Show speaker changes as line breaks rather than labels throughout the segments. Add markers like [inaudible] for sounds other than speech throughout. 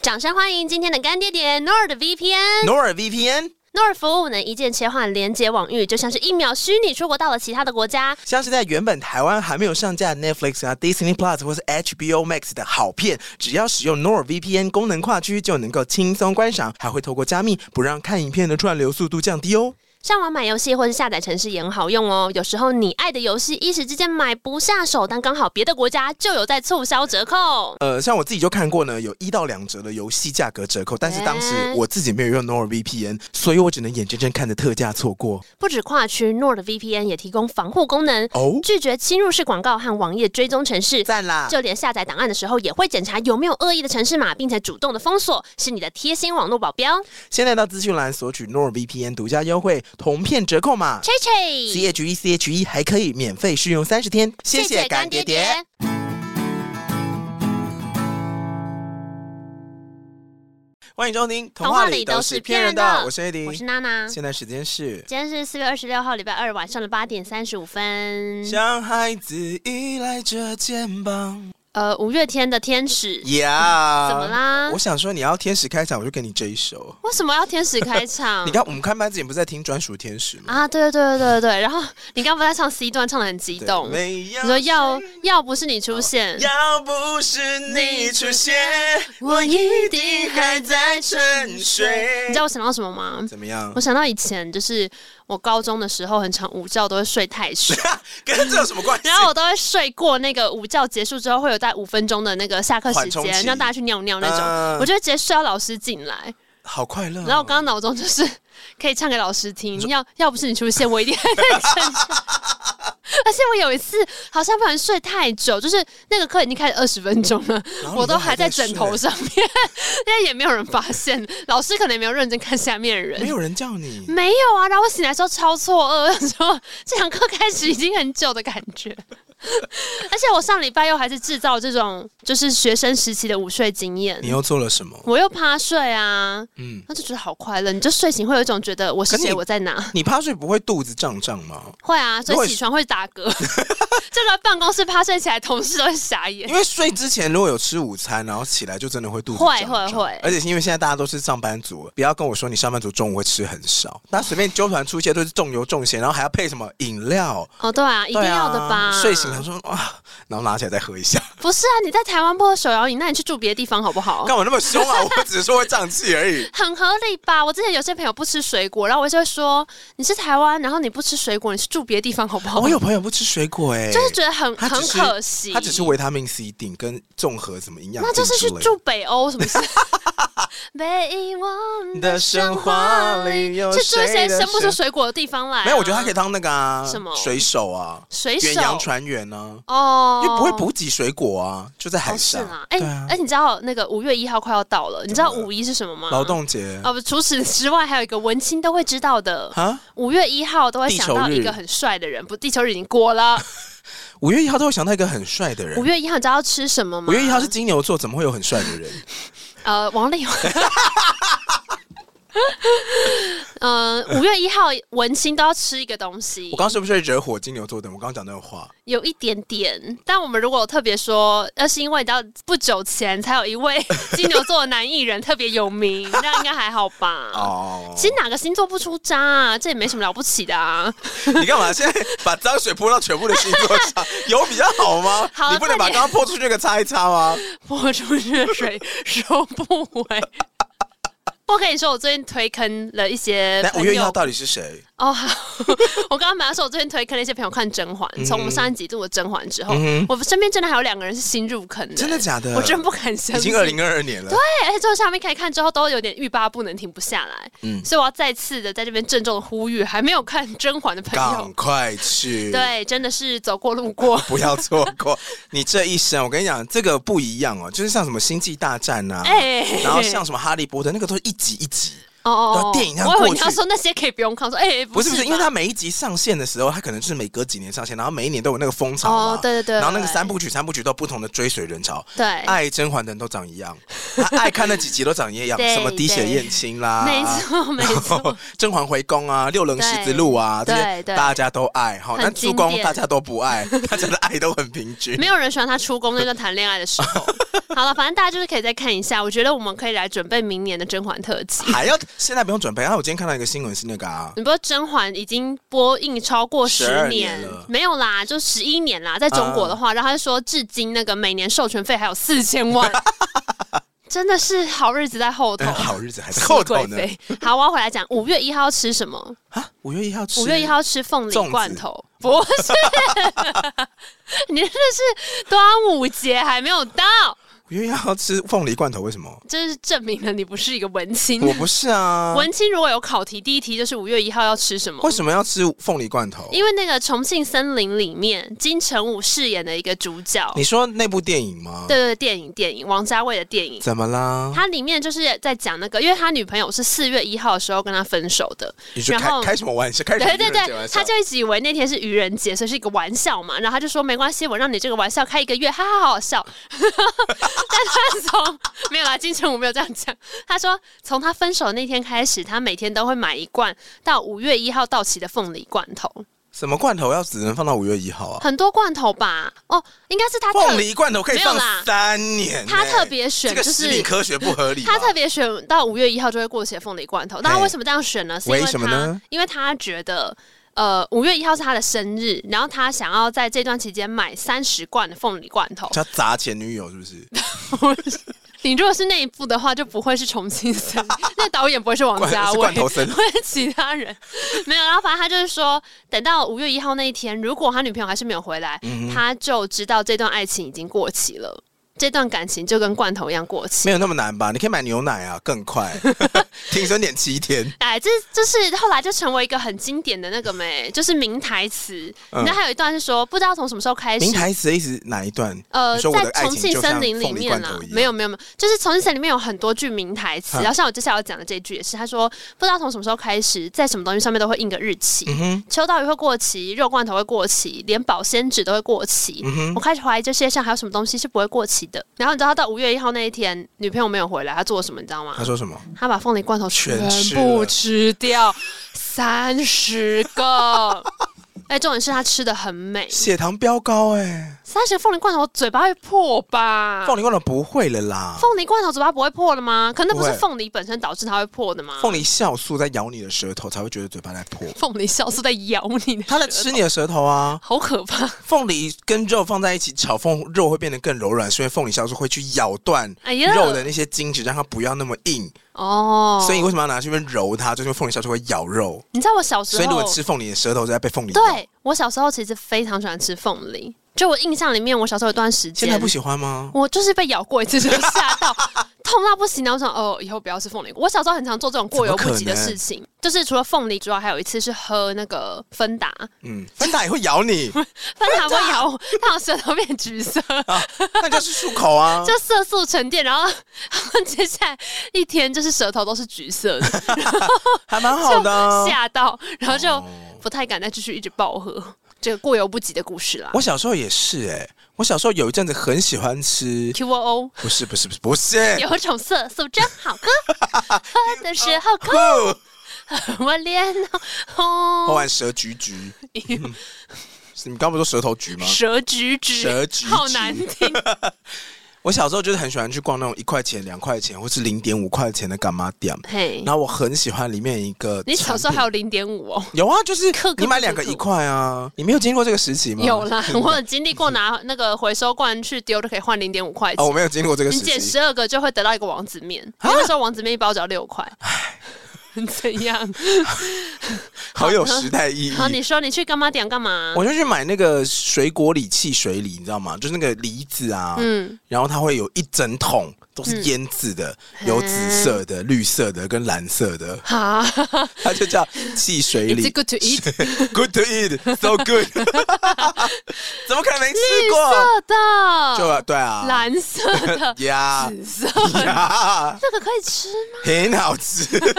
掌声欢迎今天的干爹爹 NordVPN。
NordVPN，
Nord 服务能一键切换连接网域，就像是一秒虚拟出国到了其他的国家。
像是在原本台湾还没有上架的 Netflix 啊、Disney Plus 或是 HBO Max 的好片，只要使用 NordVPN 功能跨区，就能够轻松观赏，还会透过加密不让看影片的串流速度降低哦。
上网买游戏或是下载城市也很好用哦。有时候你爱的游戏一时之间买不下手，但刚好别的国家就有在促销折扣。
呃，像我自己就看过呢，有一到两折的游戏价格折扣，但是当时
哎
我自己没有用 NordVPN，所以我只能眼睁睁看着特价错过。
不止跨区，NordVPN 也提供防护功能，
哦，
拒绝侵入式广告和网页追踪城市。
赞啦！
就连下载档案的时候，也会检查有没有恶意的城市码，并且主动的封锁，是你的贴心网络保镖。
现在到资讯栏索取 NordVPN 独家优惠同片折扣码。
c h e
C H E C H E 还可以免费试用三十天，谢谢干爹爹。。欢迎收听《童话里都是骗人的》，我是 AD，
我是娜娜。
现在时间是
今天是四月二十六号，礼拜二晚上的八点三十五分。
像孩子依赖着肩膀。
呃，五月天的《天使》
呀、
怎么啦
我？想说你要天使开场，我就给你这一首。
为什么要天使开场
你？看，我们开麦之前不是在听专属天使吗？
嗯 [laughs] 啊，对对对对对对。然后你刚不在唱 C 段，唱的很激
对
动。你
没有
说要要不是你出现，
要不是你出现，
我一定
还在沉睡
你知道我想到什么吗？
怎么样
我？想到以前就是我高中的时候，很常午觉都会睡太熟，
跟这有什么关系？
[laughs] 然后我都会睡过那个午觉结束之后会有大概五分钟的那个下课时
缓冲
间，
期
让大家去尿尿那种，
嗯
我就会直接睡到老师进来。
好快乐哦、
然后我刚刚脑中就是 [laughs] 可以唱给老师听，要要不是你出现，我一定还在身上。 [laughs] 而且我有一次好像不小心睡太久，就是那个课已经开始二十分钟了
然，后你
我
都
都
还
还在
在
枕头
睡
上面， [laughs] 因为也没有人发现，老师可能也没有认真看下面的
没
人。
有人叫你，
没有啊，然后我醒来的时候超错愕， [laughs] 说这堂课开始已经很久的感觉。 [laughs] 而且我上礼拜又还是制造这种就是学生时期的午睡经验
你，又做了什么？
我又趴睡啊，
嗯，
那就觉得好快乐，你就睡醒会有一种觉得我是
可
谁，
你
我在哪？
你趴睡不会肚子胀胀吗？
会啊，
如
所
果
以起床会打嗝， [laughs] 这个办公室趴睡起来，同事都会傻眼。
[laughs] 因为睡之前如果有吃午餐，然后起来就真的会肚子
会
胀
会
胀
会
而且是因为现在大家都是上班族，不要跟我说你上班族中午会吃很少，那随便纠团出去都是重油重咸，然后还要配什么饮料，
哦，对啊，一定
对啊
要的吧？
睡醒了说哇，然后拿起来再喝一下，
不是啊，你在台湾不喝手摇饮，那你去住别的地方好不好？
干嘛那么凶啊？我只是说会胀气而已。
很合理吧？我之前有些朋友不吃水果，然后我就会说你是台湾，然后你不吃水果，你是住别的地方好不好？
哦我有朋友不吃水果哎、
哦就是觉得很
他
很
只是
可惜，
他只是维他命 C 顶跟综合什么营养
那就是去
定之类的
住北欧，什么事？ [laughs] 北欧的神话里
有
去住一些
谁的
生不出
神
水果的地方来、
没有，我觉得他可以
以
当那个啊，
什么
水手啊，
水手
远洋船员呢、
哦
啊，，因为不会补给水果啊，就在海
哦是
上。
啦，哎、
对啊
哎，你知道那个五月一号快要到了，你知道
怎么了
五一是什么吗？
劳动节
哦不，除此之外还有一个文青都会知道的。
啊，
五月一号都会
地
想
球
到一
日
个很帅的人，不，地球日已经过
[laughs]
了。
五月一号都会想到一个很帅的人
五。月一号你知道要吃什么吗？
五月一号是金牛座，怎么会有很帅的人？
呃，王力宏。 [laughs] 呃，五月一号文青都要吃一个东西。
我刚刚是不是惹火金牛座的？我刚刚讲那个话，
有一点点，但我们如果有特别说，要是因为你知道不久前才有一位 [laughs] 金牛座的男艺人特别有
[laughs]
名，那应该还好吧？
哦，
其实哪个星座不出渣啊？这也没什么了不起的啊！
你干嘛现在把脏水泼到全部的星座上？有比较好吗？
好啊
你不能把
快点
刚刚泼出去那个擦一擦吗？
泼出去的 [laughs] 水收不回。我跟你说，我最近推坑了一些
那
呃朋
五月一号
友
到底是谁？
哦，好， [laughs] 我刚刚马上说，我最近推坑了一些朋友看《甄嬛》，从我们上一集做《甄嬛》之后，
嗯
我身边真的还有两个人是新入坑的，
真的假的？
哦我真不敢相
已
信，哎
经二零二二年了。
对，而且最后下面可以看之后都有点欲罢不能，停不下来。
嗯
所以我要再次的在这边郑重的呼吁，还没有看《甄嬛》的朋
赶
友，
快去！
对，真的是走过路过
[laughs] 。不要错过你这一生。我跟你讲，这个不一样哦，就是像什么《星际大战》啊，
哎 [laughs]
然后像什么《哈利波特》，那个都是一集一集。
哦哦
然
哦，
后电影这样
我以为
过
你要
去
说那些可以不用看，我说哎、哎
不是
是
不
吧
是，因为它每一集上线的时候，它可能就是每隔几年上线，然后每一年都有那个风潮嘛
哦，对对对，哎
然后那个三部曲，三部曲都有不同的追随人潮，
对，
爱甄嬛的人都长一样，他爱看那几集都长一样，
对
什么滴血验亲啦，
没错没错，，
甄嬛回宫啊，六棱十字路啊，这
对
些
对对
大家都爱哈。
很
但出
经
宫
典
大家都不
[laughs]
爱，大家的爱都很平均
没。有人喜欢他出宫那段谈恋爱的时候。
[laughs]
好了，反正大家就是可以再看一下，我觉得我们可以来准备明年的甄嬛特辑。
还要现在不用准备。然后我今天看到一个新闻是那个啊，
你不说甄嬛已经播映超过十
12年了嗯
没有啦，就十一年啦，在中国的话，然后他就说至今那个每年授权费还有四千
[laughs]
万，真的是好日子在后头
嗯，。好日子还在 [laughs] 后头呢
熨贵妃好，我要回来讲五月一号要吃什么？
啊，五月一号吃，
五月一号吃凤
粽
梨
子
罐头，不是？ [laughs] 你真的是端午节还没有到，
五月一号吃凤梨罐头，为什么？
这是证明了你不是一个文青。
我不是啊，
文青如果有考题，第一题就是五月一号要吃什么
为？什么要吃凤梨罐头？
因为那个《重庆森林》里面，金城武饰演的一个主角，
你说那部电影吗？
对对对，电影电影，王家卫的电影，
怎么啦？
它里面就是在讲那个，因为他女朋友是四月一号的时候跟他分手的，
你说
然
开
后
开什么玩笑？开什么
对对
愚人节
对
玩，笑
他就一直以为那天是愚人节，所以是一个玩笑嘛，然后他就说没关系，我让你这个玩笑开一个月，哈哈，好好笑。 [laughs] 但他从没有啦，金城武没有这样讲，他说从他分手那天开始，他每天都会买一罐到五月一号到期的凤梨罐头。
什么罐头要只能放到五月一号啊？
很多罐头吧？哦，应该是他
凤
特
梨罐头可以放
没有啦
三年呢，欸
他特别选，
这个
就
食品
是
科学不合理吧。
他特别选到五月一号就会过期的凤梨罐头。那他
嘿
为什么这样选呢？是因
为
为
什么
他
呢
因为他觉得。呃，五月一号是他的生日，然后他想要在这段期间买三十罐的凤梨罐头。
叫砸前女友是不是？
[laughs] 你如果是那一部的话，就不会是重庆
[laughs]
森，那导演不会是王家
是
卫，
罐头森
会是其他人。没有，然后反正他就是说，等到五月一号那一天，如果他女朋友还是没有回来，
嗯
他就知道这段爱情已经过期了，这段感情就跟罐头一样过期。
没有那么难吧？你可以买牛奶啊，更
[laughs]
快，停损点七天。
哎，这这是后来就成为一个很经典的那个没，就是名台词。
嗯
然后还有一段是说，不知道从什么时候开始
您，台词的意思哪一段？
呃，
你说我的
在
爱
重
情
庆
就像
森林里
凤梨
面
罐
啊
头一样，
没有没有没有，就是重庆森林里面有很多句名台词，
嗯
然后像我接下来要讲的这句也是，他说不知道从什么时候开始，在什么东西上面都会印个日期，
嗯哼
秋刀鱼会过期，肉罐头会过期，连保鲜纸都会过期。
嗯
我开始怀疑这世界上还有什么东西是不会过期的。然后你知道他到五月一号那一天，女朋友没有回来，他做了什么？你知道吗
他？说什么？
他把凤梨罐头全
全吃
部
了
吃掉，三十
[laughs]
个。哎，重点是他吃的很美，
血糖飙高哎、
三十个凤梨罐头嘴巴会破吧？
凤梨罐头不会了
啊
啦，
凤梨罐头嘴巴不会破的吗？可那不是
不会
凤梨本身导致它会破的吗？
凤梨酵素在咬你的舌头才会觉得嘴巴在破，
凤梨酵素在咬你的，
它在吃，你的舌头啊。
好可
[laughs]
怕！
凤梨跟肉放在一起炒，凤肉会变得更柔软，是因为凤梨酵素会去咬断
哎呀
肉的那些筋质，让它不要那么硬。
哦，
所以你为什么要拿去那边揉它？就是因为凤梨酵素会咬肉，
你知道我小时
所以如
候
果，吃凤梨，你的舌头就在被凤梨咬。
对我小时候其实非常喜欢吃凤梨，就我印象里面，我小时候有一段时间
现在不喜欢吗？
我就是被咬过一次就吓
[laughs]
到，痛到不行，然后想哦，以后不要吃凤梨。我小时候很常做这种过犹不及的事情，就是除了凤梨之外，还有一次是喝那个芬达， [laughs]
嗯，芬达也会咬你，
芬达会咬我，它我舌头变橘色，
哦那就是漱口
[laughs]
啊。
就色素沉淀，然后接下来一天就是舌头都是橘色的，
还蛮 [laughs] 好的哦啊、
就吓到，然后就不太敢再继续一直暴喝。这个过犹不及的故事啦
我小时候也是哎、我小时候有一阵子很喜欢吃，
，Q O O
不是不是不是不
[laughs]
是，
有种色素真好喝，喝的时
[laughs]
候口
哦
我脸哦
喝
红。
完蛇橘
[laughs]
橘，嗯你们刚不是说舌头橘吗？
蛇橘橘，
蛇橘橘
好难
[laughs]
听。
我小时候就是很喜欢去逛那种一块钱、两块钱或是零点五块钱的干妈店，
嘿，
然后我很喜欢里面一个产品。
你小时候还有零点五哦？
有啊，就是
克克
你买两个
克克
一块啊，你没有经过这个时期吗？
有
[laughs]
啦，我有经历过拿那个回收罐去丢就可以换零点五块
哦，我啊
钱，
没有经过这个
你
时
捡
期。
十二个就会得到一个王子面，因为那时候王子面一包只要六块。 [laughs] 怎样？
好有时代意
好，
义。
你说你去干嘛点干嘛？
我就去买那个水果里汽水里，你知道吗？就是那个梨子啊，
嗯，
然后它会有一整桶都是腌制的，有紫色的、绿色的跟蓝色的，
好
它就叫汽
[laughs] ，It's
水里
good to
[laughs]
eat，
good to eat so good，怎么可能没吃
绿
过？
色的，
[laughs] 就对啊，，
蓝色的
[laughs] 呀
紫色的，
呀，
这个可以吃吗？
很好吃。 [laughs]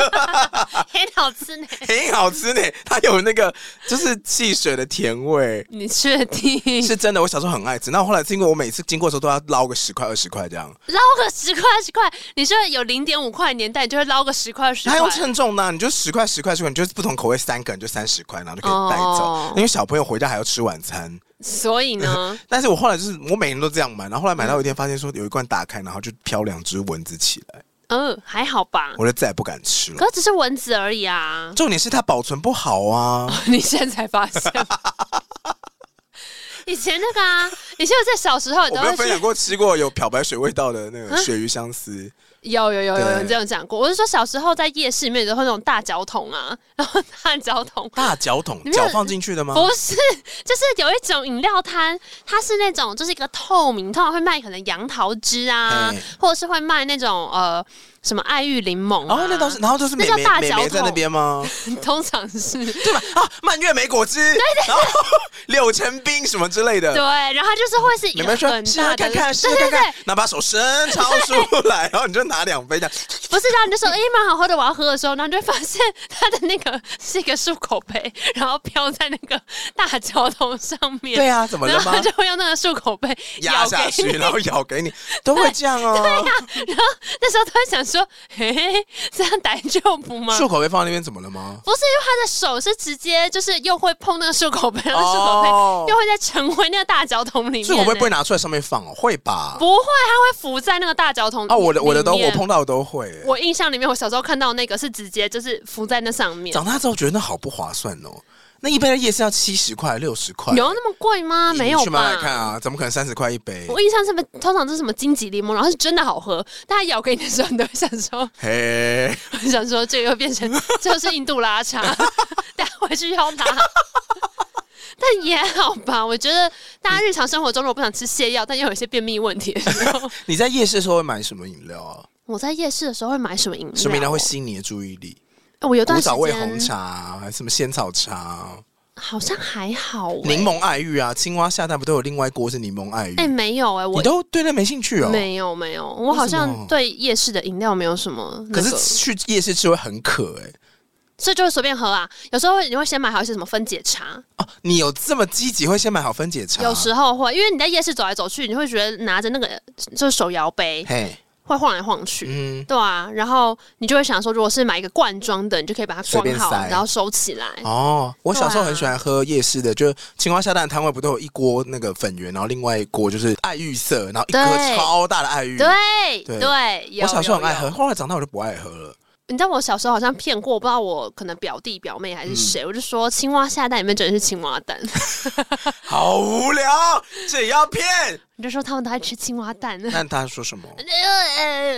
很好吃呢，
很好吃呢，它有那个就是汽水的甜味，
你确定？
是真的。我小时候很爱吃，那后来是因为我每次经过的时候都要捞个十块二十块这样，
捞个十块二十块，你说有零点五块的年代，你就会捞个十块二十
它
块。
用称重的啊、你就十块十块十块，你就是不同口味三个，你就三十块，然后就可以带走。
哦
因为小朋友回家还要吃晚餐，
所以
[laughs]
呢，
但是我后来就是我每年都这样买，然后后来买到有一天发现说有一罐打开，然后就飘两只蚊子起来，
嗯，还好吧。
我就再也不敢吃了。
可只是蚊子而已
[laughs]
啊！
重点是它保存不好啊。
你现在才发
[laughs]
现。以前那个啊，以前我在小时候也都
我没有
会
分享
去，
过吃过有漂白水味道的那
[laughs]
个鳕鱼香丝，
有有有有有
对
这样讲过。我是说小时候在夜市里面也都会那种大脚桶啊，然后大脚桶
大脚桶
你没有
脚放进去的吗？
不是，就是有一种饮料摊，它是那种就是一个透明，通常会卖可能杨桃汁啊
嘿，
或者是会卖那种呃什么爱玉柠檬、啊。
哦，那都
[laughs]
是，然后就是
那
美
叫
眉
大
美
脚
眉在那
桶
边吗？ [laughs]
通常是
对吧？啊，蔓越莓果汁，对对然后 [laughs] 柳橙冰什么之类
对，
的。
然后它就是会是一
美
个
眉说
很：“
试
大
试
的，
看看，试
对
试
对
看
对
看，，然后把手伸超出来，然后你就拿两杯这样。
[laughs] 不是，然后你就说，哎、蛮好喝的，我要喝的时候，然后你就会发现它的那个 [laughs] 是一个漱口杯，然后飘在那个大脚桶上面。
对啊，怎么
然
了
后
吗
他？就会用那个漱口杯
压
咬
下
给
去，
你。
然后咬给你，都会这样
[laughs]
哦。
然后 [laughs] 那时候他会想说， [laughs] 嘿嘿，这样逮就不吗？
漱口杯放在那边怎么了吗？
不是，因为他的手是直接就是又会碰那个漱口杯，然后漱口杯、
哦
又会再沉回那个大脚桶里面、
漱口杯不会
欸
拿出来上面放哦，会吧？
不会，它会浮在那个大脚桶。
啊，我的我的都
里面
我碰到的都会。
我印象里面，我小时候看到那个是直接就是浮在那上面。
长大之后觉得那好不划算哦，那一杯的夜市要七十块六十块，
有那么贵吗？
你
没有
去买买看
吧。
啊，怎么可能三十块一杯？
我印象是不是通常是什么荆棘柠檬，然后是真的好喝，但它咬给你的时候，你都会想说，
嘿。
我 [laughs] 想说这个又变
[laughs]
成就是印度拉茶，等下回去要拿。但也好吧，我觉得大
嗯
家日常生活中如果不想吃泻药，但又有一些便秘问题的时候，
你在夜市的时候会买什么饮料啊？
我在夜市的时候会买什么饮料？
什么饮料会吸引你的注意力？
呃我有段
古
时
早味红
间
茶啊，还是什么仙草茶啊，
好像还好、欸，
柠檬爱玉啊，青蛙下蛋不都有另外一锅是柠檬爱玉？
哎、没有哎、我
你都对那没兴趣哦。
没有没有，我好像对夜市的饮料没有什么、那
可
个，
是去夜市吃会很渴哎、
所以就会随便喝啊。有时候你会先买好一些什么分解茶，
哦，你有这么积极会先买好分解茶？
有时候会，因为你在夜市走来走去，你会觉得拿着那个就是手摇杯
嘿，
会晃来晃去。
嗯，
对啊，然后你就会想说，如果是买一个罐装的，你就可以把它
随
装
便
好
塞，
然后收起来。
哦，我小时
对
候
啊
很喜欢喝夜市的，就青蛙下蛋摊位不都有一锅那个粉圆，然后另外一锅就是爱玉色，然后一颗
对
超大的爱玉。
对
嗯对
对，有
我小时候很爱。
有
喝，
有
后来长大我就不爱喝了。
你知道我小时候好像骗过，不知道我可能表弟表妹还是
嗯
谁，我就说青蛙下蛋里面真的是青蛙蛋， [laughs]
好无聊，这也要骗？
你就说他们都爱吃青蛙
[laughs]
蛋。 [laughs]
那他说什么？
呃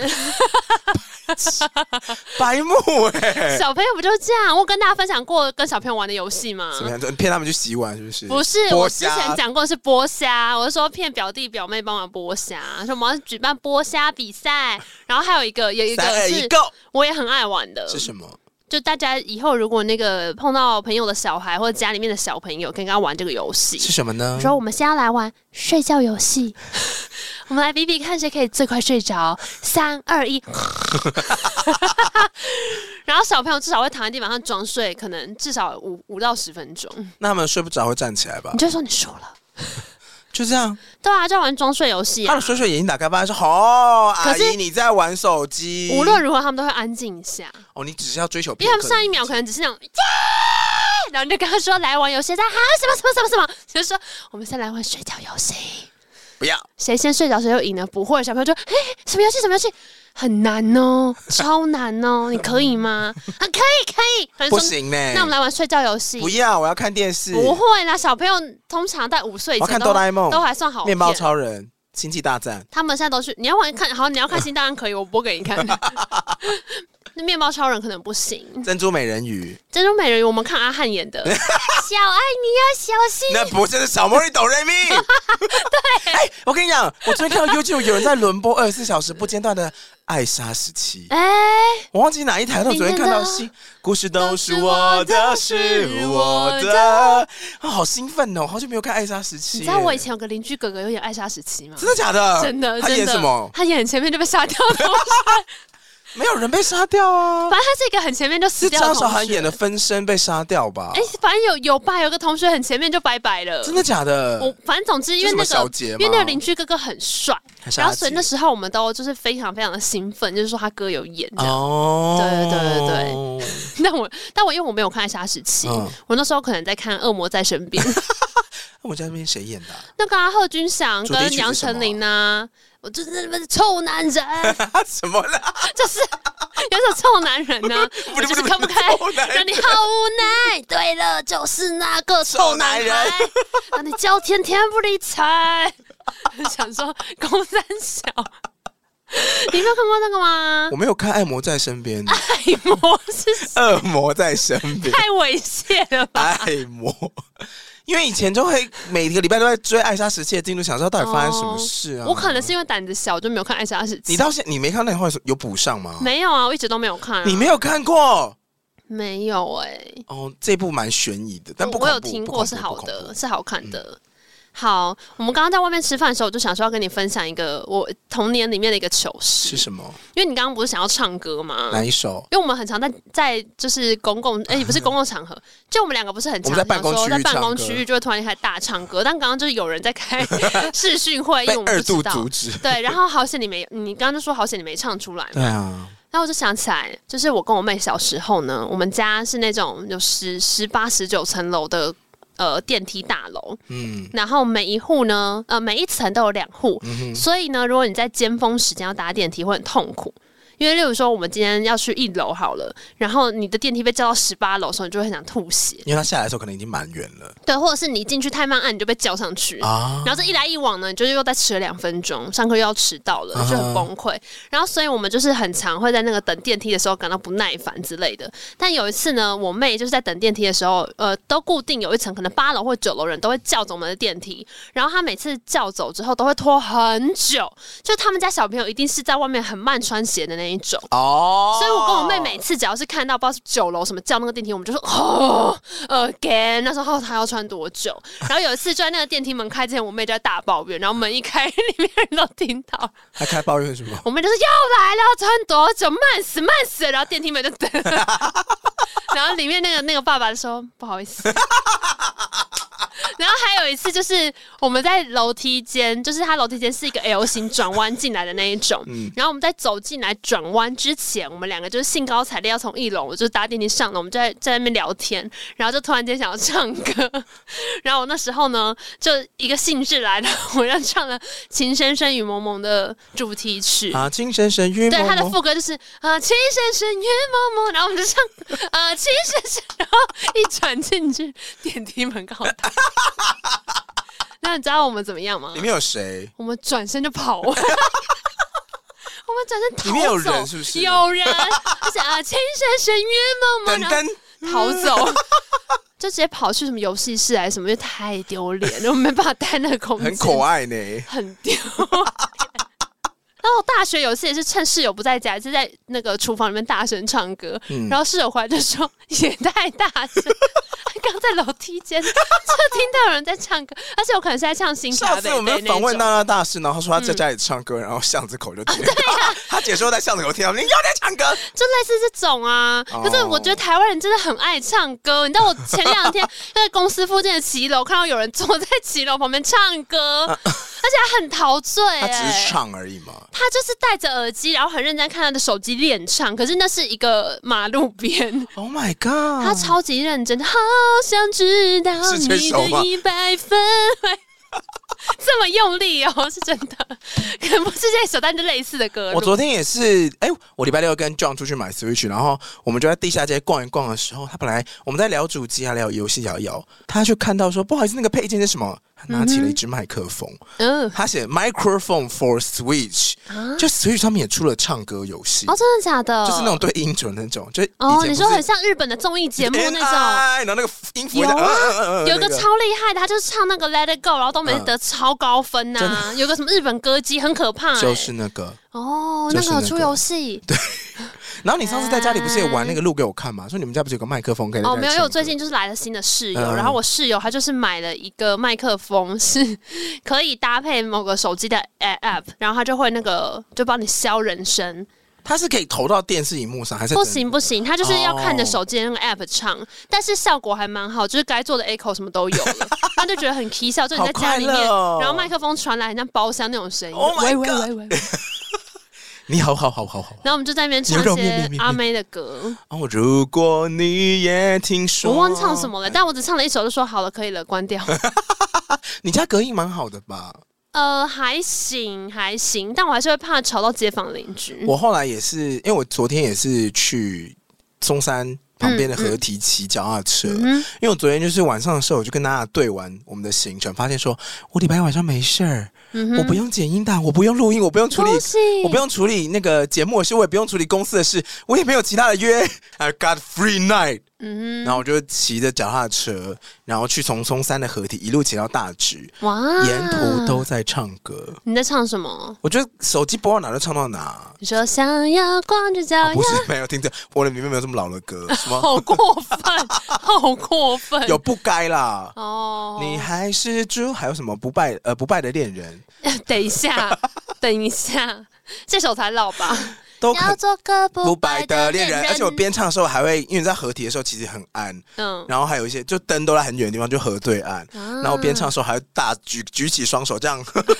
白目哎、
小朋友不就这样？我跟大家分享过跟小朋友玩的游戏吗？
怎么样？骗他们去洗碗是不是？
嗯不是，
剥
我之
虾
前讲过是剥虾，我是说骗表弟表妹帮忙剥虾，说我们要举办剥虾比赛，然后还有一个有一
三
个
二
是
一 go
我也很爱玩的，
是什么？
就大家以后如果那个碰到朋友的小孩或者家里面的小朋友，跟他玩这个游戏，
是什么呢
我？说我们现在要来玩睡觉游戏， [laughs] 我们来比比看谁可以最快睡着。三二 [laughs] 一，然后小朋友至少会躺在地板上装睡，可能至少五五到十分钟。
那他们睡不着会站起来吧
你？就说你输了，
就这样，
对啊，就玩装睡游戏、啊
他们。水水眼睛打开，发现说：“哦，阿
可是
姨你在玩手机。”
无论如何，他们都会安静一下，
哦，你只是要追求
因
片
为
刻
他
的意
们
见，
上一秒可能只是那种耶，然后你就跟他说来玩游戏，他啊什么什么什么什么，就说我们先来玩睡觉游戏。
不要
谁先睡着谁就赢了，不会小朋友就哎、什么游戏什么游戏很难哦，超难哦，你可以吗？啊，可以可以，他就
不
说
行呢、
那我们来玩睡觉游戏
不。要，我要看电视，
不会啦，小朋友通常在五岁以
我要
前
看
都
哆啦 A 梦
都还算好骗
面包超人、星际大战。
他们现在都是你要玩看好，你要看新档案可以，我播给你看。 [laughs] 那面包超人可能不行。
珍珠美人鱼，
珍珠美人鱼，我们看阿汉
[laughs]
演的，小爱你要小心。
那不是小魔女
[laughs]
哆瑞咪。对，哎、我跟你讲，我昨天看到 YouTube 有人在轮播二十四小时不间断的《爱莎时期》，
哎，
我忘记哪一台了。我昨天看到新故事都是我的，是我的，啊，好兴奋哦！好久没有看《爱莎时期》
你
耶，
知道我以前有个邻居哥哥有演艾莎时期吗？
真的假的？
真的，
啊他
真
演
的
什么？
他演前面就被杀掉
[laughs]
的，
没有人被杀掉啊
反，正他是一个很前面就是死掉的
张
同学。
韶涵演的分身被杀掉吧
哎、？反正有有吧，有个同学很前面就拜拜了。
真的假的？
我反正总之，因为那
是什么小
个，
节
因
吗
为那个邻居哥哥很帅
还，是阿
然后所以
杰
那时候我们都就是非常非常的兴奋，就是说他哥有演这样。
哦
对对
对，
但我但我因为我没有看《杀时期》
嗯
我那时候可能在看《恶魔在身边》，
我家那边谁演的 [laughs] 啊？
那个、啊、贺军翔
主题曲
跟
是
杨丞琳呐、我就是那个臭男人， [laughs]
什么啦？
就是 [laughs] 有种臭男人呢、
[laughs]
我就是看不开
臭男，人
让你好无奈。对了，就是那个臭男人
臭男
[laughs]
人，
让你叫天天不理睬。 [laughs] 想说公三小， [laughs] 你没有看过那个吗
我？没有看《爱魔在
[laughs]
身边》，
爱魔是谁
恶魔在身边，
太猥亵了
[laughs]
吧？
爱
[laughs]
魔。因为以前就会每个礼拜都在追《爱莎时期》的进度，想知道到底发生什么事啊。
哦我可能是因为胆子小，就没有看《爱莎时期
你》。到现你没看那话有补上吗？
没有啊，我一直都没有看、啊。
你没有看过
没有哎、
哦，这部蛮悬疑的，但不
我我有
恐怖
听
不
过
恐
是
怖
好
不恐
的，
怖嗯
是好看的。好，我们刚刚在外面吃饭的时候，我就想说要跟你分享一个我童年里面的一个糗事，
是什么？
因为你刚刚不是想要唱歌吗？
哪一首？
因为我们很常在在就是公共哎、不是公共场合，就我们两个不是很
我
常
们在办公
想说
区
在
域
办
唱
公
歌
区域就会突然开始大唱歌，但刚刚就是有人在
[laughs]
开视讯会议，
被
哎我们
二
不知
度
道
阻。止。
对，然后好险你没，你刚刚就说好险你没唱出来嘛
对啊，
然后我就想起来，就是我跟我妹小时候呢，我们家是那种有十十八十九层楼的呃电梯大楼，
嗯，
然后每一户呢，呃每一层都有两户，所以呢，如果你在尖峰时间要搭电梯会很痛苦。因为，例如说，我们今天要去一楼好了，然后你的电梯被叫到十八楼的时候，你就会很想吐血，
因为他下来的时候可能已经蛮远
[laughs]
了
对，或者是你进去太慢按，你就被叫上去，
啊。
然后这一来一往呢，你就是又再迟了两分钟，上课又要迟到了，就很崩溃。然后，所以我们就是很常会在那个等电梯的时候感到不耐烦之类的。但有一次呢，我妹就是在等电梯的时候，呃，都固定有一层，可能八楼或九楼人都会叫走我们的电梯。然后她每次叫走之后，都会拖很久，就他们家小朋友一定是在外面很慢穿鞋的那一种。
哦，
所以我跟我妹每次只要是看到不知道是九楼什么叫那个电梯，我们就说 [laughs] 哦，again。那时候哦她要穿多久？然后有一次就在那个电梯门开之前，我妹就在大抱怨，然后门一开， [laughs] 里面人都听到，
还开抱怨什么？
我妹就说 [laughs] 要来了，要穿多久？慢死，慢死！然后电梯门就等， [laughs] 然后里面那个那个爸爸就说不好意思。 [laughs] 然后还有一次，就是我们在楼梯间，就是它楼梯间是一个 L 型转弯进来的那一种。然后我们在走进来转弯之前，我们两个就是兴高采烈要从一楼，我就搭电梯上楼，我们就在在那边聊天，然后就突然间想要唱歌。 [laughs] 然后我那时候呢，就一个兴致来了，我就唱了《情深深雨蒙蒙》的主题曲。
啊，情深深雨
对，
蒙
他的
蒙
副歌就是啊，情深深雨蒙蒙，然后我们就唱啊，情深深，然后一转进去电梯门刚好打。那你知道我们怎么
[laughs]
样吗
里？面有谁？
我们转身就跑。 [laughs] 我们转身逃走，
里面有人是不是
有人，就是啊，情深深雨蒙蒙，
噔
然后逃
噔，
走，就直接跑去什么游戏室还是什么，就太丢脸了，我没办法待那个空间，
很可爱呢。
很丢脸。 [laughs] 然后我大学有一次也是趁室友不在家，也是在那个厨房里面大声唱歌，
嗯
然后室友回来就说也太大声，刚在楼梯间就听到有人在唱歌，而且我可能是在唱新
上
卡
次
贝
我
贝
们
那
访问
种
娜。娜大师，然后说她
嗯
在家里唱歌，然后巷子
哦
口就听到，
啊
她姐说在巷子口听到你又在唱歌，
就类似这种啊。
哦
可是我觉得台湾人真的很爱唱歌，你知道我前两
[laughs]
天在公司附近的骑楼看到有人坐在骑楼旁边唱歌，而且还很陶醉、
她啊只
哎，
是唱而已嘛。
他就是戴着耳机，然后很认真看他的手机练唱，可是那是一个马路边。
Oh my
他
god！
超级认真，好想知道
是这
你
首吗
的一百分。这么用力哦，是真的，可能不是这首，但是类似的歌路。
我昨天也是，哎、我礼拜六跟 John 出去买 Switch，然后我们就在地下街逛一啊逛的时候，他本来我们在聊主机，还聊游戏摇一摇，他就看到说不好意思，那个配件是什么？他拿起了一支麦克风，
嗯，
他写 microphone for Switch，、就 Switch 上面也出了唱歌游戏，
啊哦，真的假的？
就是那种对音准那种，就以前
哦，
不
你
是
说很像日本的综艺节目
[laughs]
那
NI 然后那个音符
有啊
呃呃呃呃
种，有一个
那
超厉害的，他就是唱那个 Let It Go，然后都没
嗯
得超高分呐、有个什么日本歌姬很可怕、欸，
就是那个。
哦，
就
那
是
个有
那
出
个
游戏
然后你上次在家里不是也玩那个录给我看吗？说你们家不是有个麦克风可以在
哎哦，
家
没有，因
唱
为我
歌
最近就是来了新的室友，
嗯
然后我室友他就是买了一个麦克风，是可以搭配某个手机的 a- app，然后他就会那个就帮你消人声，
它是可以投到电视荧幕上，还是
不
只能
行不行，他就是要看着
哦
手机的那个 app 唱，但是效果还蛮好，就是该做的 echo 什么都有
[laughs]
了，他就觉得很 k 笑，就你在家里面，
好快乐哦
然后麦克风传来很像包厢那种声音
Oh my
喂喂
God
喂喂喂，
你好好好好好。
然后我们就在那边唱
牛肉
一些
面面面
阿妹的歌，
哦，如果你也听说，
我忘了唱什？么了，但我只唱了一首就说好了，可以了，关掉。
你家隔音蛮好的吧？
呃，还行还行，但我还是会怕吵到街坊邻居。
我后来也是，因为我昨天也是去中山旁边的河堤骑脚踏车，
嗯
因为我昨天就是晚上的时候，我就跟大家对完我们的行程，发现说我礼拜一晚上没事儿，
嗯哼
我不用剪音档，我不用录音，我不用处理
恭。喜！
我不用处理那个节目的事，我也不用处理公司的事，我也没有其他的约。I got free night，
嗯
然后我就骑着脚踏车，然后去从松山的河堤一路骑到大直，
哼，哇
沿途都在唱歌。
你在唱什么？
我觉得手机播到哪就唱到哪，
你
[laughs]
说想要光着脚
啊、
丫
不，是没有听着，我的里面没有这么老的
[laughs]
歌，什 [laughs] 么
好过分，好过分！
有不该啦。
哦，
你还是猪，还有什么不败呃不败的恋人
等一下，等一下，这首才老吧？
都
要
很
做个不
不
败
败
的
的
恋
恋人，
人，
而且我边唱的时候还会，因为在合体的时候其实很暗，
嗯，
然后还有一些就灯都在很远的地方，就河对岸，
然
然后边唱的时候还会大举举起双手这样，
他啊好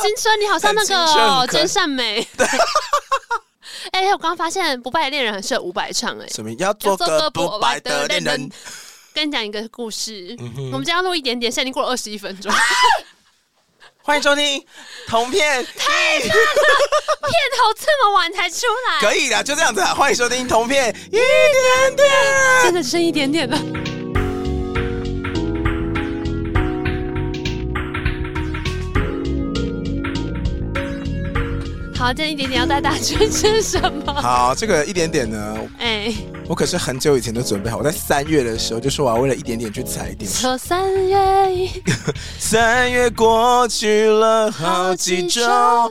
青春，你好像那个
很青春
哦
很可爱
真善美。
[laughs]
哎、我刚刚发现《不败的恋人》很适合伍佰唱、哎，
[laughs] 什么要做
要做个
个
不
不败的
败的
恋
恋
人，
跟你讲一个故事，
嗯哼
我们今天要录一点点，现在已经过了二十一分钟， [laughs] 片
欢迎收听同
[laughs]
片，
头这么晚才出来，
[laughs] 可以的，就这样子啊，欢迎收听同片一点点。
真的剩一点点了。好，今天一点点要带大家去吃什
[laughs]
么？
好，这个一点点呢，
哎，
我可是很久以前就准备好，我在三月的时候就说我要为了一点点去
[laughs]
踩点。
说三月一
三月过去了好几周，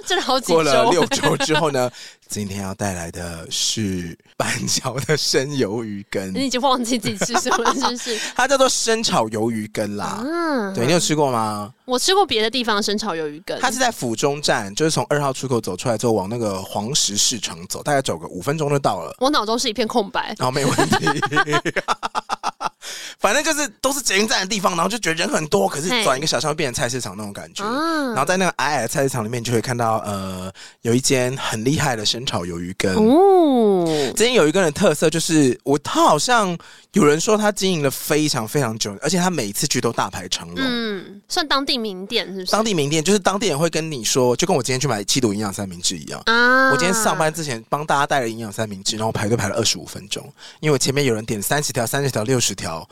真的好几周，
过了六周之后呢，今天要带来的是板桥的生鱿鱼
你
羹，
已经忘记自己吃什么了，是不
[laughs]
是？
它叫做生炒鱿鱼羹啦。
啊，嗯
对，你有吃过吗？
我吃过别的地方的生炒鱿鱼羹，
它是在府中站，就是从二号出口走出来之后，往那个黄石市场走，大概走个五分钟就到了。
我脑中是一片空白。
然后没问题。反正就是都是捷运站的地方，然后就觉得人很多，可是
嘿
转一个小巷会变成菜市场那种感觉。
啊
然后在那个矮矮的菜市场里面，就会看到呃有一间很厉害的生炒鱿鱼羹。
哦，
这间有一个人的特色就是，我他好像有人说他经营了非常非常久，而且他每次去都大排长龙。
嗯，算当地名店是不是？
当地名店就是当地人会跟你说，就跟我今天去买七毒营养三明治一样，
啊
我今天上班之前帮大家带了营养三明治，然后排队排了二十五分钟，因为我前面有人点三十条、三十条、六十条，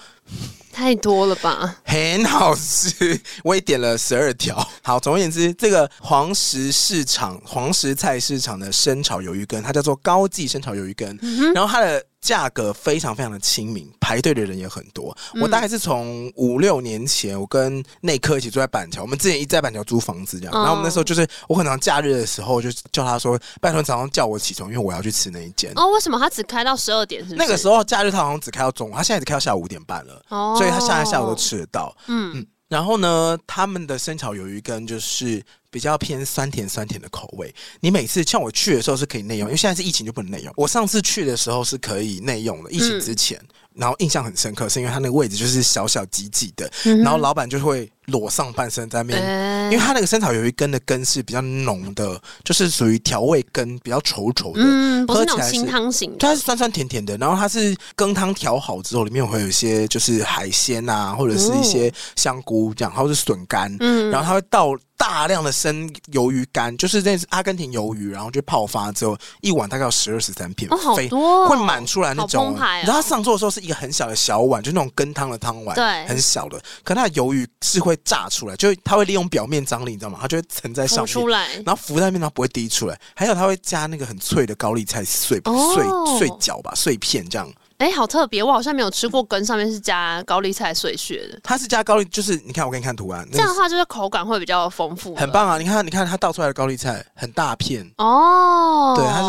太多了吧？
很好吃，我也点了十二条。 [laughs] 好，总而言之，这个黄石市场、黄石菜市场的生炒鱿鱼羹，它叫做高记生炒鱿鱼羹，然后它的。价格非常非常的亲民，排队的人也很多。我大概是从五六年前，我跟内科一起住在板桥，我们之前一直在板桥租房子这样。
哦
然后我们那时候就是，我很常假日的时候就叫他说，拜托你早上叫我起床，因为我要去吃那一间。
哦，为什么它只开到十二点？是不是
嗯那个时候假日他好像只开到中午，他现在只开到下午五点半了。
哦
所以他下来下午都。吃得到。
嗯，
嗯，然后呢，他们的生炒鱿鱼羹就是比较偏酸甜酸甜的口味。你每次像我去的时候是可以内用，因为现在是疫情就不能内用。我上次去的时候是可以内用的，疫情之前。
嗯
然后印象很深刻，是因为他那个位置就是小小挤挤的，
嗯
然后老板就会裸上半身在那边
哎
因为它那个生炒鱿鱼羹的羹是比较浓的，就是属于调味羹，比较稠稠的，
嗯，不是
喝
那
起
种
来
清汤型的。
它是酸酸甜甜的，然后它是羹汤调好之后，里面会有一些就是海鲜啊，或者是一些香菇这样，或者是笋干，
嗯
然后它会倒大量的生鱿鱼干，就是那是阿根廷鱿鱼，然后就泡发之后，一碗大概有十二十三片，
哦，好
非
多哦
会满出来那
好
种
澎湃哦，
然后它上桌的时候是一个很小的小碗，就那种羹汤的汤碗，
对
很小的。可它的鱿鱼是会会炸出来，就是它会利用表面张力，你知道吗？它就会沉在上
浮
面，
出来。
然后浮在面，它不会滴出来。还有它会加那个很脆的高丽菜碎、
哦
碎碎角吧，碎片这样。
哎、好特别，我好像没有吃过根上面是加高丽菜碎屑的，
它是加高丽，就是你看我给你看图案，
这
那
样
个
的话就是口感会比较丰富，
很。棒啊！你看，你看它倒出来的高丽菜很大片，
哦，
对它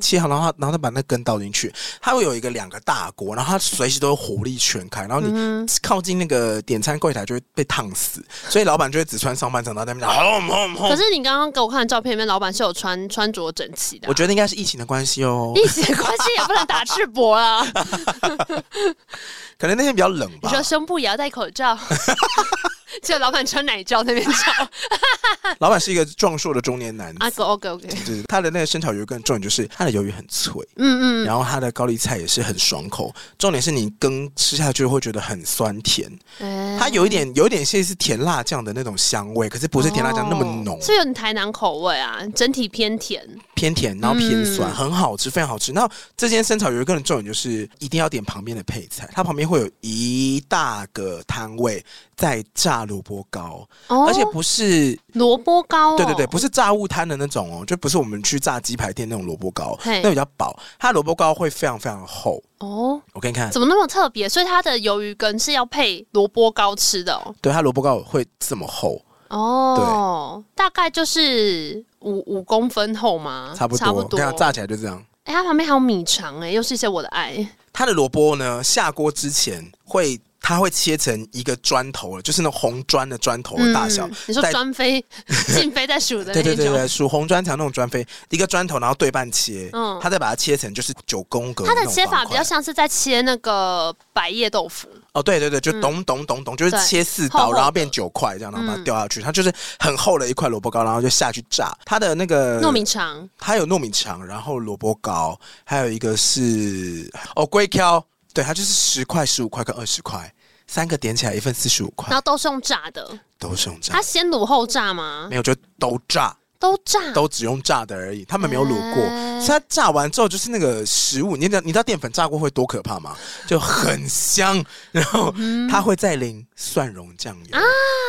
切好，然后它然后再把那根倒进去，它会有一个两个大锅，然后它随时都会火力全开，然后你
嗯
靠近那个点餐柜台就会被烫死，所以老板就会只穿上半场，然后在那边讲轰轰
可
轰。
是你刚刚给我看的照片里面，老板是有穿穿着整齐的啊、
我觉得应该是疫情的关系哦，
[laughs] 一起关系也不能打赤膊
[laughs]
啊！
可能那天比较冷
你
吧。
说胸部也要戴口罩， [laughs] 就老板穿奶罩那边照
老板是一个壮硕的中年男子，
啊，go OK OK，
就是他的那个生炒鱿鱼更重点就是他的鱿鱼很脆，
嗯嗯，
然后它的高丽菜也是很爽口，重点是你羹吃下去会觉得很酸甜，
哎
它有一点有一点像是甜辣酱的那种香味，可是不是甜辣酱那么浓
哦，是有点台南口味啊，整体偏甜。
偏甜然后偏
嗯
酸，很好吃，非常好吃。然后这间生炒鱿鱼更重点就是一定要点旁边的配菜，它旁边会有一大个摊位在炸萝卜糕，
哦
而且不是
萝卜糕、哦，
对对对，不是炸物摊的那种哦，就不是我们去炸鸡排店那种萝卜糕，
嘿
那比较薄，它萝卜糕会非常非常厚。
哦，
我给你看，
怎么那么特别？所以它的鱿鱼羹是要配萝卜糕吃的哦。
对，它萝卜糕会这么厚，
哦，大概就是五五公分厚吗？
差不多。
嗯差不
我
多。
跟你看炸起来就这样。
哎、它旁边还有米肠，哎，又是一些我的爱。
它的萝卜呢，下锅之前会。它会切成一个砖头了，就是那种红砖的砖头的大小，
嗯你说
在
专
[laughs]
飞进飞在数的那
对
一种，
对对对，属红砖墙那种砖飞，一个砖头，然后对半切，
嗯
它再把它切成就是九宫格那
它
种
的
方块。
切法比较像是在切那个百叶豆腐，
哦，对对对，就咚咚咚咚，就
嗯
是
对
切四
厚厚
刀，
的嗯
然后变九块，这样然后把它掉下去，它就是很厚的一块萝卜糕，然后就下去炸。它的那个
糯米，肠。
它有糯米肠，然后萝卜糕，还有一个是哦龟壳，对，它就是十块、十五块跟二十块，三个点起来一份四十五块
然，后都是用炸的，
都是用炸
它，先卤后炸吗？
没有就都炸。
都炸，
都只用炸的而已，他们没有卤过。
哎
所以它炸完之后就是那个食物，你知道你知道淀粉炸过会多可怕吗？就很香，然后它会再淋蒜蓉酱油。
啊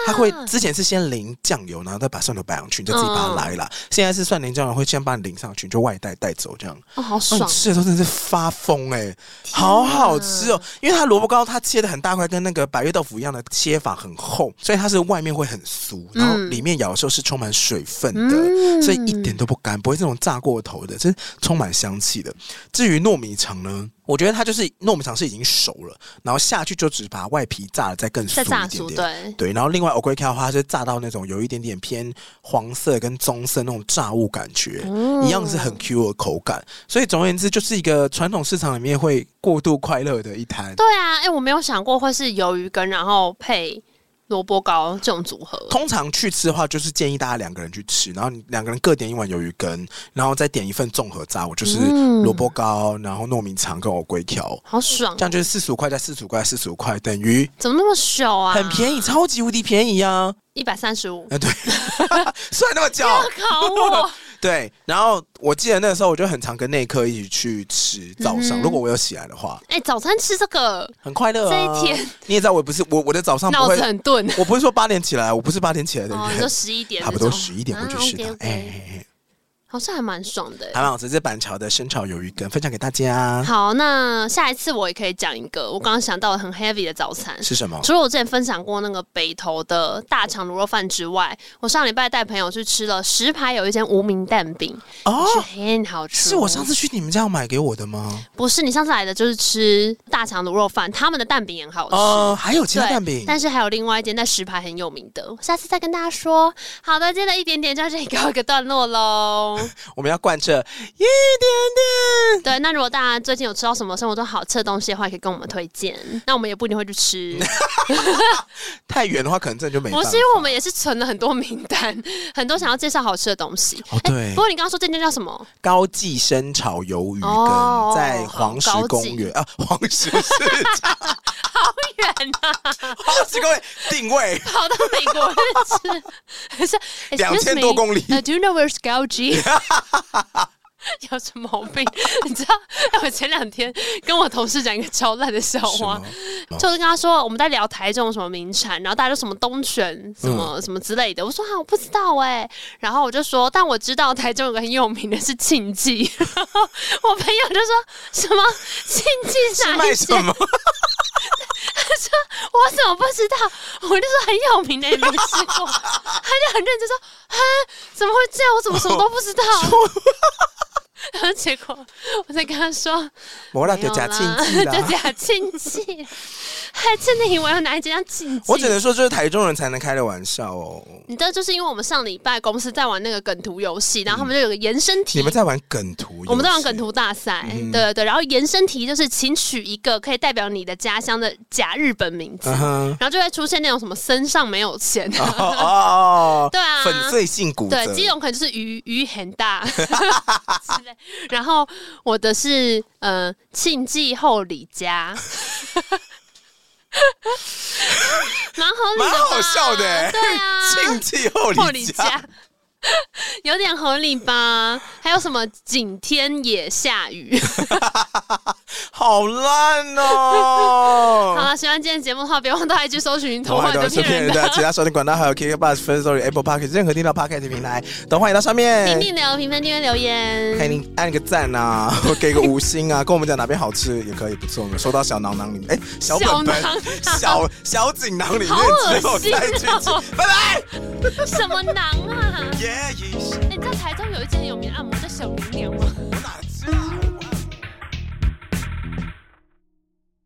它会之前是先淋酱油，然后再把蒜头摆上去，你就自己把
哦
它拉一拉。现在是蒜淋酱油会先把你淋上去，你就外带带走这样。
哦，好
哦、你
爽，
吃的时候真的是发疯哎、好好吃哦！因为它萝卜糕它切的很大块，跟那个白月豆腐一样的切法很厚，所以它是外面会很酥，然后里面咬的时候是充满水分的，
嗯
所以一点都不干，不会这种炸过头的，是充满香气的。至于糯米肠呢，我觉得它就是糯米肠是已经熟了，然后下去就只把外皮炸的再更酥
在炸
一点
熟，
点。
对，
对，然后另外 o k k 的话，它是炸到那种有一点点偏黄色跟棕色那种炸物感觉，一样是很 Q 的口感。所以总而言之，就是一个传统市场里面会过度快乐的一摊。
对啊，哎、我没有想过会是鱿鱼羹，然后配萝卜糕这种组合。
通常去吃的话，就是建议大家两个人去吃，然后你两个人各点一碗鱿鱼羹，然后再点一份综合炸物，就是
嗯
萝卜糕，然后糯米肠跟藕龟条，
好爽
这，样就是四十五块加四十五块，四十五块等于
怎么那么小啊？
很便宜，超级无敌便宜啊！
一百三十
[laughs]
五。
啊，对，算那么久，
要考我，
对，然后我记得那时候我就很常跟内科一起去吃早上，
嗯
如果我有起来的话，
哎、早餐吃这个
很快乐、啊。
这一天，
你也知道，我不是我我的早上不
脑
会
子，很
[laughs]
钝。
我不是说八点起来，我不是八点起来的
哦，你说
人，
十一点，
差不多十一点会去吃的。哎、
哎、
哎哎
好像还蛮爽的、
哎台湾老师这板桥的生炒鱿鱼羹分享给大家
好，那下一次我也可以讲一个我刚刚想到的很 heavy 的早餐。
是什么？
除了我之前分享过那个北投的大肠卤肉饭之外，我上礼拜带朋友去吃了石牌有一间无名蛋饼，
哦，
是很好吃。
是我上次去你们家买给我的吗？
不是你上次来的，就是吃大肠卤肉饭，他们的蛋饼也很好吃。
呃，还有其他
对
蛋饼，
但是还有另外一间在石牌很有名的，我下次再跟大家说。好的，今天的一点点就到这里告一个段落喽。
我们要贯彻一点点。
对，那如果大家最近有吃到什么生活中好吃的东西的话，也可以跟我们推荐，那我们也不一定会去吃。
太远的话，可能真的就没办
不
法。
是因为我们也是存了很多名单，很多想要介绍好吃的东西。哎
哦，对
不，过你刚刚说这间叫什么？
高记生炒鱿鱼羹，
哦
在黄石公园啊，黄石市场，
好远啊，
黄石公园定位
[laughs] 跑到美国 [laughs] 去吃，还是呃
2000多公里
Uh, do you know where's Gouji？ [laughs] 有什么毛病？ [laughs] 你知道？哎，我前两天跟我同事讲一个超烂的笑
什
话
么，
就是跟他说我们在聊台中什么名产，然后大家就什么东泉什么、
嗯
什么之类的。我说啊，我不知道哎、然后我就说，但我知道台中有个很有名的是庆记。 [laughs] 然后我朋友就说什么庆记是哪
卖
啊一间
[laughs] 什？么？
我怎么不知道？我就说很有
[laughs]
名的，也没吃过。他就很认真说：“啊，怎么会这样？我怎么什么都不
[laughs]
知道？”然后结果我在跟他说：“
我啦，
没
就
有
假
啦，
庆记
[laughs] 就
啦。
假庆记，还真的以为有哪一家庆记。”
我只能说，就是台中人才能开的玩笑哦。
你知道，就是因为我们上礼拜公司在玩那个梗图游戏，然后他们就有个延伸题。
嗯你们在玩梗图？嗯
我们在玩梗。图大赛，对对对，然后延伸题就是请取一个可以代表你的家乡的假日本名字，
嗯
[laughs]
哼。
然后就会出现那种什么身上没有钱啊，
哦哦，哦
对啊
粉碎性骨折。
对，基隆可能就是鱼鱼很大之类。然后我的是呃庆记后李家， [laughs] 蛮合理的
蛮
吧，
好笑的欸，
对啊，
庆记
[laughs]
后
后
里
李
家
家。有点合理吧？还有什么景天也下雨？
好烂
好 [laughs]
哦。
了，喜欢今天的节目的话，别忘到 IG 搜寻“
童
童
话
话
都
的
是
骗
骗
人
人
的
的，其他收听管道还有 KK Bus、First Story、Apple Podcast 任何听到 Podcast 的平台都欢迎到上”，
评
面。
定留评分、订阅、留言。
给你按个赞啊，或给个五星啊，跟我们讲哪边好吃也可以，不错。我们收到小囊囊里面，哎、小本本
小囊、囊
小小锦囊里面
好恶
之后
心
再去吃
哦，
拜拜。
[laughs] 什么囊啊？
[laughs] 耶，
哎你知道台中有一间有名的按摩叫小姑娘吗？
我哪知道？